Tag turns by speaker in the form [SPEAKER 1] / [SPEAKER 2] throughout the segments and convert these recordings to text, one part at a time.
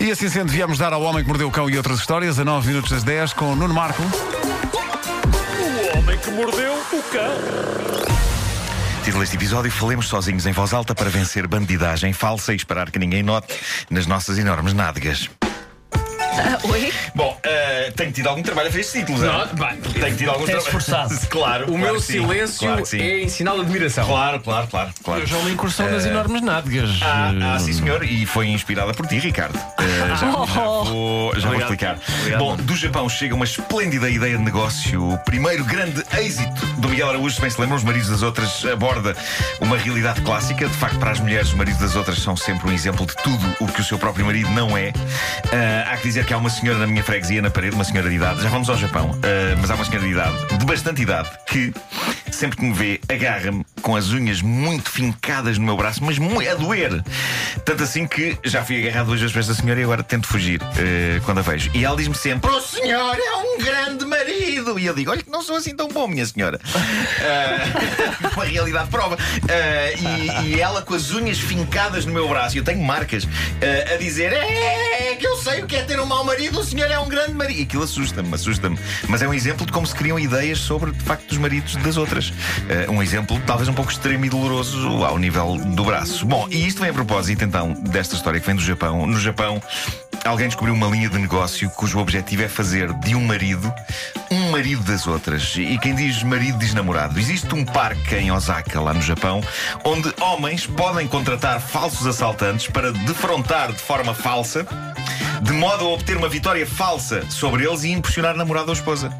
[SPEAKER 1] E assim sendo, viemos dar ao Homem que Mordeu o Cão e outras histórias, a 9 minutos das 10, com o Nuno Marco.
[SPEAKER 2] O homem que mordeu o cão.
[SPEAKER 3] Título deste episódio: Falemos sozinhos em voz alta para vencer bandidagem falsa e esperar que ninguém note nas nossas enormes nádegas.
[SPEAKER 4] Oi?
[SPEAKER 3] Bom, eh, tenho tido algum trabalho a fazer estes títulos,
[SPEAKER 2] Não,
[SPEAKER 3] Ana.
[SPEAKER 2] pá,
[SPEAKER 3] Tenho tido algum
[SPEAKER 2] é
[SPEAKER 3] trabalho.
[SPEAKER 2] esforçado.
[SPEAKER 3] claro.
[SPEAKER 2] O
[SPEAKER 3] claro
[SPEAKER 2] meu
[SPEAKER 3] que sim,
[SPEAKER 2] silêncio
[SPEAKER 3] claro que sim.
[SPEAKER 2] é em sinal de admiração. Eh,
[SPEAKER 3] Claro, claro, claro, claro.
[SPEAKER 5] Já uma incursão nas enormes nádegas.
[SPEAKER 3] Ah, ah, sim, senhor, e foi inspirada por ti, Ricardo. Eh, já, já vou, já vou explicar. Bom, do Japão chega uma esplêndida ideia de negócio. O primeiro grande êxito do Miguel Araújo, se bem se lembram, os maridos das outras aborda uma realidade clássica. De facto, para as mulheres, os maridos das outras são sempre um exemplo de tudo o que o seu próprio marido não é. Ah, há que dizer que há uma senhora na minha freguesia, na parede, uma senhora de idade. Já vamos ao Japão, ah, mas há uma senhora de idade, de bastante idade, que sempre que me vê, agarra-me com as unhas muito fincadas no meu braço, mas mu- a doer. Tanto assim que já fui agarrado duas vezes por esta senhora e agora tento fugir eh, quando a vejo. E ela diz-me sempre: O senhor é um grande marido! E eu digo: Olha, que não sou assim tão bom, minha senhora. Ah, uma realidade prova. Ah, e, e ela com as unhas fincadas no meu braço, e eu tenho marcas, ah, a dizer: É que eu sei o que é ter um mau marido, o senhor é um grande marido. E aquilo assusta-me, assusta-me. Mas é um exemplo de como se criam ideias sobre, de facto, os maridos das outras. Eh, um exemplo talvez um pouco extremo e doloroso ao nível do braço. Bom, e isto vem a propósito, então, desta história que vem do Japão. No Japão, alguém descobriu uma linha de negócio cujo objetivo é fazer de um marido um marido das outras. E quem diz marido diz namorado. Existe um parque em Osaka, lá no Japão, onde homens podem contratar falsos assaltantes para defrontar de forma falsa. De modo a obter uma vitória falsa sobre eles e impressionar namorado ou esposa.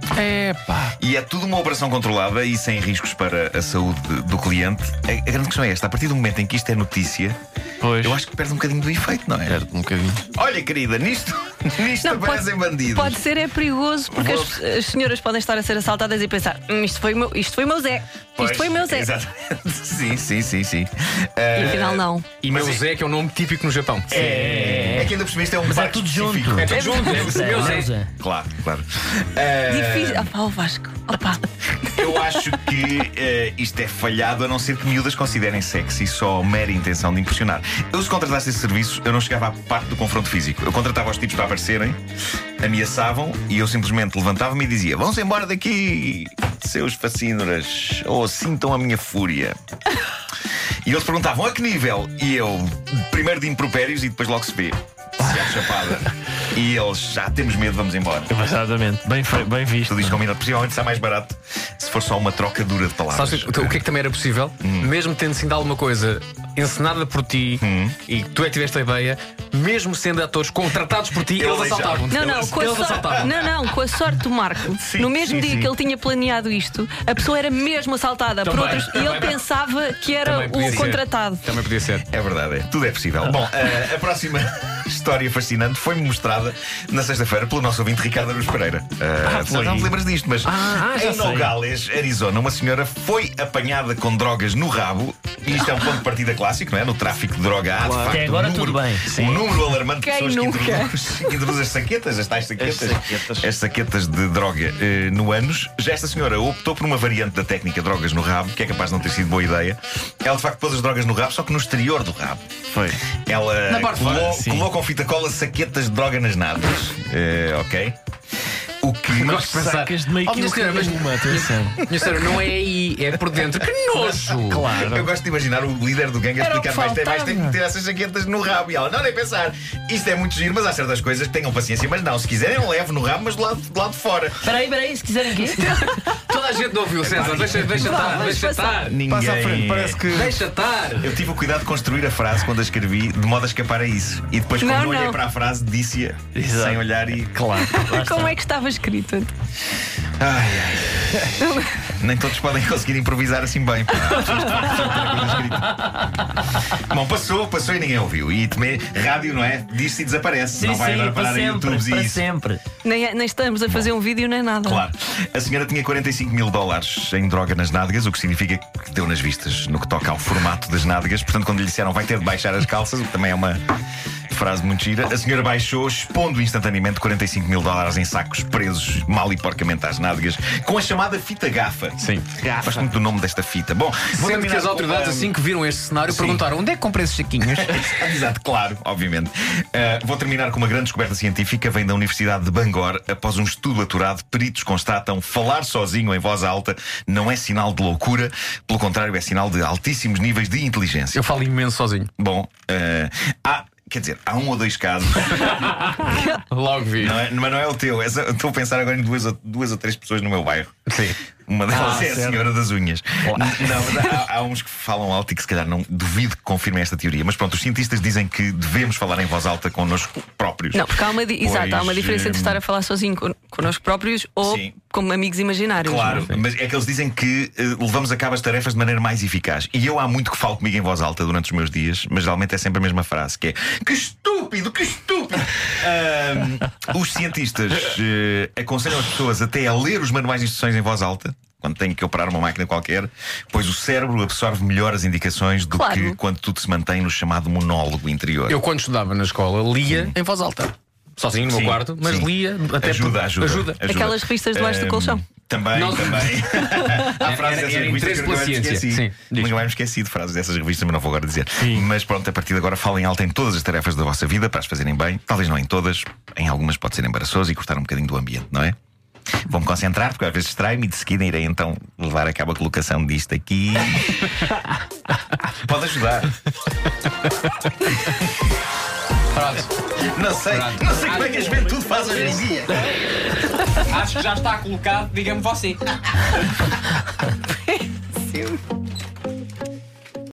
[SPEAKER 5] Epá.
[SPEAKER 3] E é tudo uma operação controlada e sem riscos para a saúde do cliente. A, a grande questão é esta: a partir do momento em que isto é notícia,
[SPEAKER 5] Pois.
[SPEAKER 3] eu acho que perde um bocadinho do efeito, não é?
[SPEAKER 5] Perde um bocadinho.
[SPEAKER 3] Olha, querida, nisto, nisto
[SPEAKER 4] Não,
[SPEAKER 3] aparecem bandidos.
[SPEAKER 4] Pode ser, é perigoso, porque
[SPEAKER 3] Vou-
[SPEAKER 4] as, as senhoras podem estar a ser assaltadas e pensar: "Hum, isto foi o meu, isto foi o meu Zé.
[SPEAKER 3] Pois,
[SPEAKER 4] isto foi o meu Zé.
[SPEAKER 3] Exatamente. Sim, sim, sim, sim.
[SPEAKER 4] E
[SPEAKER 3] Eh,
[SPEAKER 4] afinal, não.
[SPEAKER 2] E
[SPEAKER 3] Mas
[SPEAKER 2] meu
[SPEAKER 3] é-
[SPEAKER 2] Zé, que é um nome típico no Japão.
[SPEAKER 3] é, é que ainda percebeste, é um Mas
[SPEAKER 6] é tudo junto.
[SPEAKER 2] É tudo junto, é o meu Zé.
[SPEAKER 3] Claro, claro. Eh,
[SPEAKER 4] Difícil. Opa, o Vasco. Opa.
[SPEAKER 3] Eu acho que eh, isto é falhado, a não ser que miúdas considerem sexy só a mera intenção de impressionar. Eu, se contratasse esse serviço, eu não chegava à parte do confronto físico. Eu contratava os tipos para aparecerem, ameaçavam e eu simplesmente levantava-me e dizia: Vão-se embora daqui, seus facínoras, ou sintam a minha fúria. E eles perguntavam a que nível? E eu, primeiro de impropérios e depois logo se vê. Se há chapada. E eles, já temos medo, vamos embora.
[SPEAKER 5] Exatamente. Bem, fe- bem visto.
[SPEAKER 3] Tudo isto combinado. Possivelmente está um mais barato se for só uma troca dura de palavras.
[SPEAKER 2] Sabes o que o que é que também era possível? Mesmo tendo sido alguma coisa encenada por ti e que tu é que tiveste a ideia, mesmo sendo atores contratados por ti,
[SPEAKER 3] Eu
[SPEAKER 2] eles
[SPEAKER 3] deixava.
[SPEAKER 2] assaltavam-te.
[SPEAKER 4] Não, não,
[SPEAKER 2] Eles-
[SPEAKER 4] com a
[SPEAKER 2] eles
[SPEAKER 4] sorte,
[SPEAKER 2] assaltavam.
[SPEAKER 4] não, não, com a sorte do Marco,
[SPEAKER 3] Sim,
[SPEAKER 4] no mesmo
[SPEAKER 3] sim,
[SPEAKER 4] dia
[SPEAKER 3] sim.
[SPEAKER 4] que ele tinha planeado isto, a pessoa era mesmo assaltada
[SPEAKER 2] Também,
[SPEAKER 4] por outros e
[SPEAKER 2] também.
[SPEAKER 4] ele pensava que era
[SPEAKER 2] Também podia
[SPEAKER 4] o
[SPEAKER 2] ser.
[SPEAKER 4] contratado.
[SPEAKER 2] Também podia ser.
[SPEAKER 3] É verdade, é. Tudo é possível. Bom, eh, a, a próxima história fascinante foi-me mostrada na sexta-feira pelo nosso ouvinte Ricardo Aruz Pereira. Ah,
[SPEAKER 5] foi.
[SPEAKER 3] não te lembras disto, mas
[SPEAKER 5] ah, já
[SPEAKER 3] em
[SPEAKER 5] sei.
[SPEAKER 3] Nogales, Arizona, uma senhora foi apanhada com drogas no rabo. E isto é um ponto de partida clássico, não é? No tráfico de droga há, de facto,
[SPEAKER 6] Até agora
[SPEAKER 3] um número,
[SPEAKER 6] tudo bem, sim.
[SPEAKER 3] Um número alarmante de
[SPEAKER 4] Quem
[SPEAKER 3] pessoas
[SPEAKER 4] nunca?
[SPEAKER 3] que introduzem, que introduzem as saquetas, as tais saquetas,
[SPEAKER 6] As saquetas.
[SPEAKER 3] as saquetas de droga eh, no ânus. Já esta senhora optou por uma variante da técnica drogas no rabo, que é capaz de não ter sido boa ideia. Ela, de facto, pôs as drogas no rabo, só que no exterior do rabo.
[SPEAKER 6] Foi.
[SPEAKER 3] Ela
[SPEAKER 2] Na parte de fora,
[SPEAKER 3] colou,
[SPEAKER 6] sim.
[SPEAKER 3] colou com fita cola saquetas de droga nas nádegas. Eh, ok. O que.
[SPEAKER 2] Gosto de pensar.
[SPEAKER 5] Sacas de meio
[SPEAKER 2] Oh, minha
[SPEAKER 5] quilo
[SPEAKER 2] senhora,
[SPEAKER 5] cada
[SPEAKER 2] mas-
[SPEAKER 5] uma, atenção.
[SPEAKER 2] Minha senhora, não é aí, é por dentro. Que nojo!
[SPEAKER 3] Eu gosto de imaginar o líder do gangue a
[SPEAKER 4] Era o
[SPEAKER 3] explicar
[SPEAKER 4] que
[SPEAKER 3] mais. Tem, mais
[SPEAKER 4] faltava."
[SPEAKER 3] tem que ter essas jaquetas no rabo. E ela, não, nem pensar. Isto é muito giro, mas há certas coisas que tenham paciência. Mas não, se quiserem, eu levo no rabo, mas do lado, do lado de fora.
[SPEAKER 6] Peraí, peraí, se quiserem que.
[SPEAKER 2] Toda a gente não ouviu, César. Deixa deixa estar,
[SPEAKER 4] vamos
[SPEAKER 2] deixa
[SPEAKER 4] passar.
[SPEAKER 2] estar.
[SPEAKER 3] Ninguém.
[SPEAKER 1] Passa à frente, parece que.
[SPEAKER 2] Deixa estar.
[SPEAKER 3] Eu tive o cuidado de construir a frase quando a escrevi, de modo a escapar a isso. E depois, quando
[SPEAKER 4] Não,
[SPEAKER 3] eu olhei
[SPEAKER 4] não.
[SPEAKER 3] para a frase, disse-a
[SPEAKER 6] Exato.
[SPEAKER 3] sem olhar e.
[SPEAKER 6] Claro.
[SPEAKER 4] Como é que estava escrito?
[SPEAKER 3] Ai, ai. Nem todos podem conseguir improvisar assim bem. pá. Há pessoas que têm coisa escrita. Bom, passou, passou e ninguém ouviu. E também, rádio, não é? Diz-se e desaparece.
[SPEAKER 6] Sim,
[SPEAKER 3] não vai
[SPEAKER 6] sim,
[SPEAKER 3] agora
[SPEAKER 6] para
[SPEAKER 3] parar em
[SPEAKER 6] sempre.
[SPEAKER 3] YouTube e
[SPEAKER 6] Para
[SPEAKER 3] isso.
[SPEAKER 6] sempre.
[SPEAKER 4] Nem, nem estamos a fazer um vídeo nem nada.
[SPEAKER 3] Claro. A senhora tinha 45 mil dólares em droga nas nádegas, o que significa que deu nas vistas no que toca ao formato das nádegas. Portanto, quando lhe disseram vai ter de baixar as calças, o que também é uma frase muito gira. A senhora baixou, expondo instantaneamente 45 mil dólares em sacos presos mal e porcamente às nádegas, com a chamada fita gafa.
[SPEAKER 5] Sim.
[SPEAKER 3] Gafa. Faz muito o nome desta fita. Bom, vou
[SPEAKER 2] Sendo que
[SPEAKER 3] terminar
[SPEAKER 2] as
[SPEAKER 3] com,
[SPEAKER 2] autoridades,
[SPEAKER 3] ahm,
[SPEAKER 2] assim que viram este cenário,
[SPEAKER 3] sim.
[SPEAKER 2] perguntaram onde é que comprei esses saquinhos?
[SPEAKER 3] Exato, claro, obviamente. Uh, vou terminar com uma grande descoberta científica. Vem da Universidade de Bangor. Após um estudo aturado, peritos constatam falar sozinho em voz alta não é sinal de loucura. Pelo contrário, é sinal de altíssimos níveis de inteligência.
[SPEAKER 2] Eu falo imenso sozinho.
[SPEAKER 3] Bom, eh, há. Quer dizer, há um ou dois casos,
[SPEAKER 2] Logo vi.
[SPEAKER 3] não é, mas não é o teu. É só- Estou a pensar agora em duas ou, duas ou três pessoas no meu bairro.
[SPEAKER 2] Sim.
[SPEAKER 3] Uma delas
[SPEAKER 5] Ah,
[SPEAKER 3] é a
[SPEAKER 5] certo.
[SPEAKER 3] senhora das unhas. N- Não, mas há, há uns que falam alto e que se calhar não duvido que confirmem esta teoria. Mas pronto, os cientistas dizem que devemos falar em voz alta connosco próprios.
[SPEAKER 4] Não, porque há uma, di- exato, há uma
[SPEAKER 3] Pois,
[SPEAKER 4] diferença entre
[SPEAKER 3] hum,
[SPEAKER 4] estar a falar sozinho con- connosco próprios ou
[SPEAKER 3] Sim.
[SPEAKER 4] como amigos imaginários.
[SPEAKER 3] Claro, mas é que eles dizem que eh, levamos a cabo as tarefas de maneira mais eficaz. E eu há muito que falo comigo em voz alta durante os meus dias, mas geralmente é sempre a mesma frase, que é que estúpido, que estúpido! Ahm, os cientistas eh, aconselham as pessoas até a ler os manuais de instruções em voz alta. Quando têm que operar uma máquina qualquer, pois o cérebro absorve melhor as indicações do
[SPEAKER 4] Claro.
[SPEAKER 3] que quando tudo se mantém no chamado monólogo interior.
[SPEAKER 2] Eu, quando estudava na escola, lia em voz alta. Sozinho no meu
[SPEAKER 3] Sim,
[SPEAKER 2] quarto, mas
[SPEAKER 3] sim.
[SPEAKER 2] lia até porque-
[SPEAKER 3] ajuda, ajuda,
[SPEAKER 2] ajuda.
[SPEAKER 4] Aquelas revistas debaixo do
[SPEAKER 3] Ahm,
[SPEAKER 4] colchão.
[SPEAKER 3] Também,
[SPEAKER 2] Nós-
[SPEAKER 3] também. Há frases
[SPEAKER 2] Era- era
[SPEAKER 3] dessas revistas
[SPEAKER 2] interesse
[SPEAKER 3] que eu
[SPEAKER 2] pela
[SPEAKER 3] agora me
[SPEAKER 2] ciência.
[SPEAKER 3] esqueci.
[SPEAKER 2] Sim, diz.
[SPEAKER 3] Nunca mais me esqueci de frases dessas revistas, mas não vou agora dizer. Mas pronto, a partir de agora falem alto em todas as tarefas da vossa vida para as fazerem bem. Talvez não em todas, em algumas pode ser embaraçoso e cortar um bocadinho do ambiente, não é? Vou-me concentrar, porque às vezes distrai-me e de seguida irei então levar a cabo a colocação disto aqui. pode ajudar.
[SPEAKER 2] Pronto.
[SPEAKER 3] Não sei, não sei como é que a juventude faz hoje em dia.
[SPEAKER 2] Acho que já está colocado, diga-me você.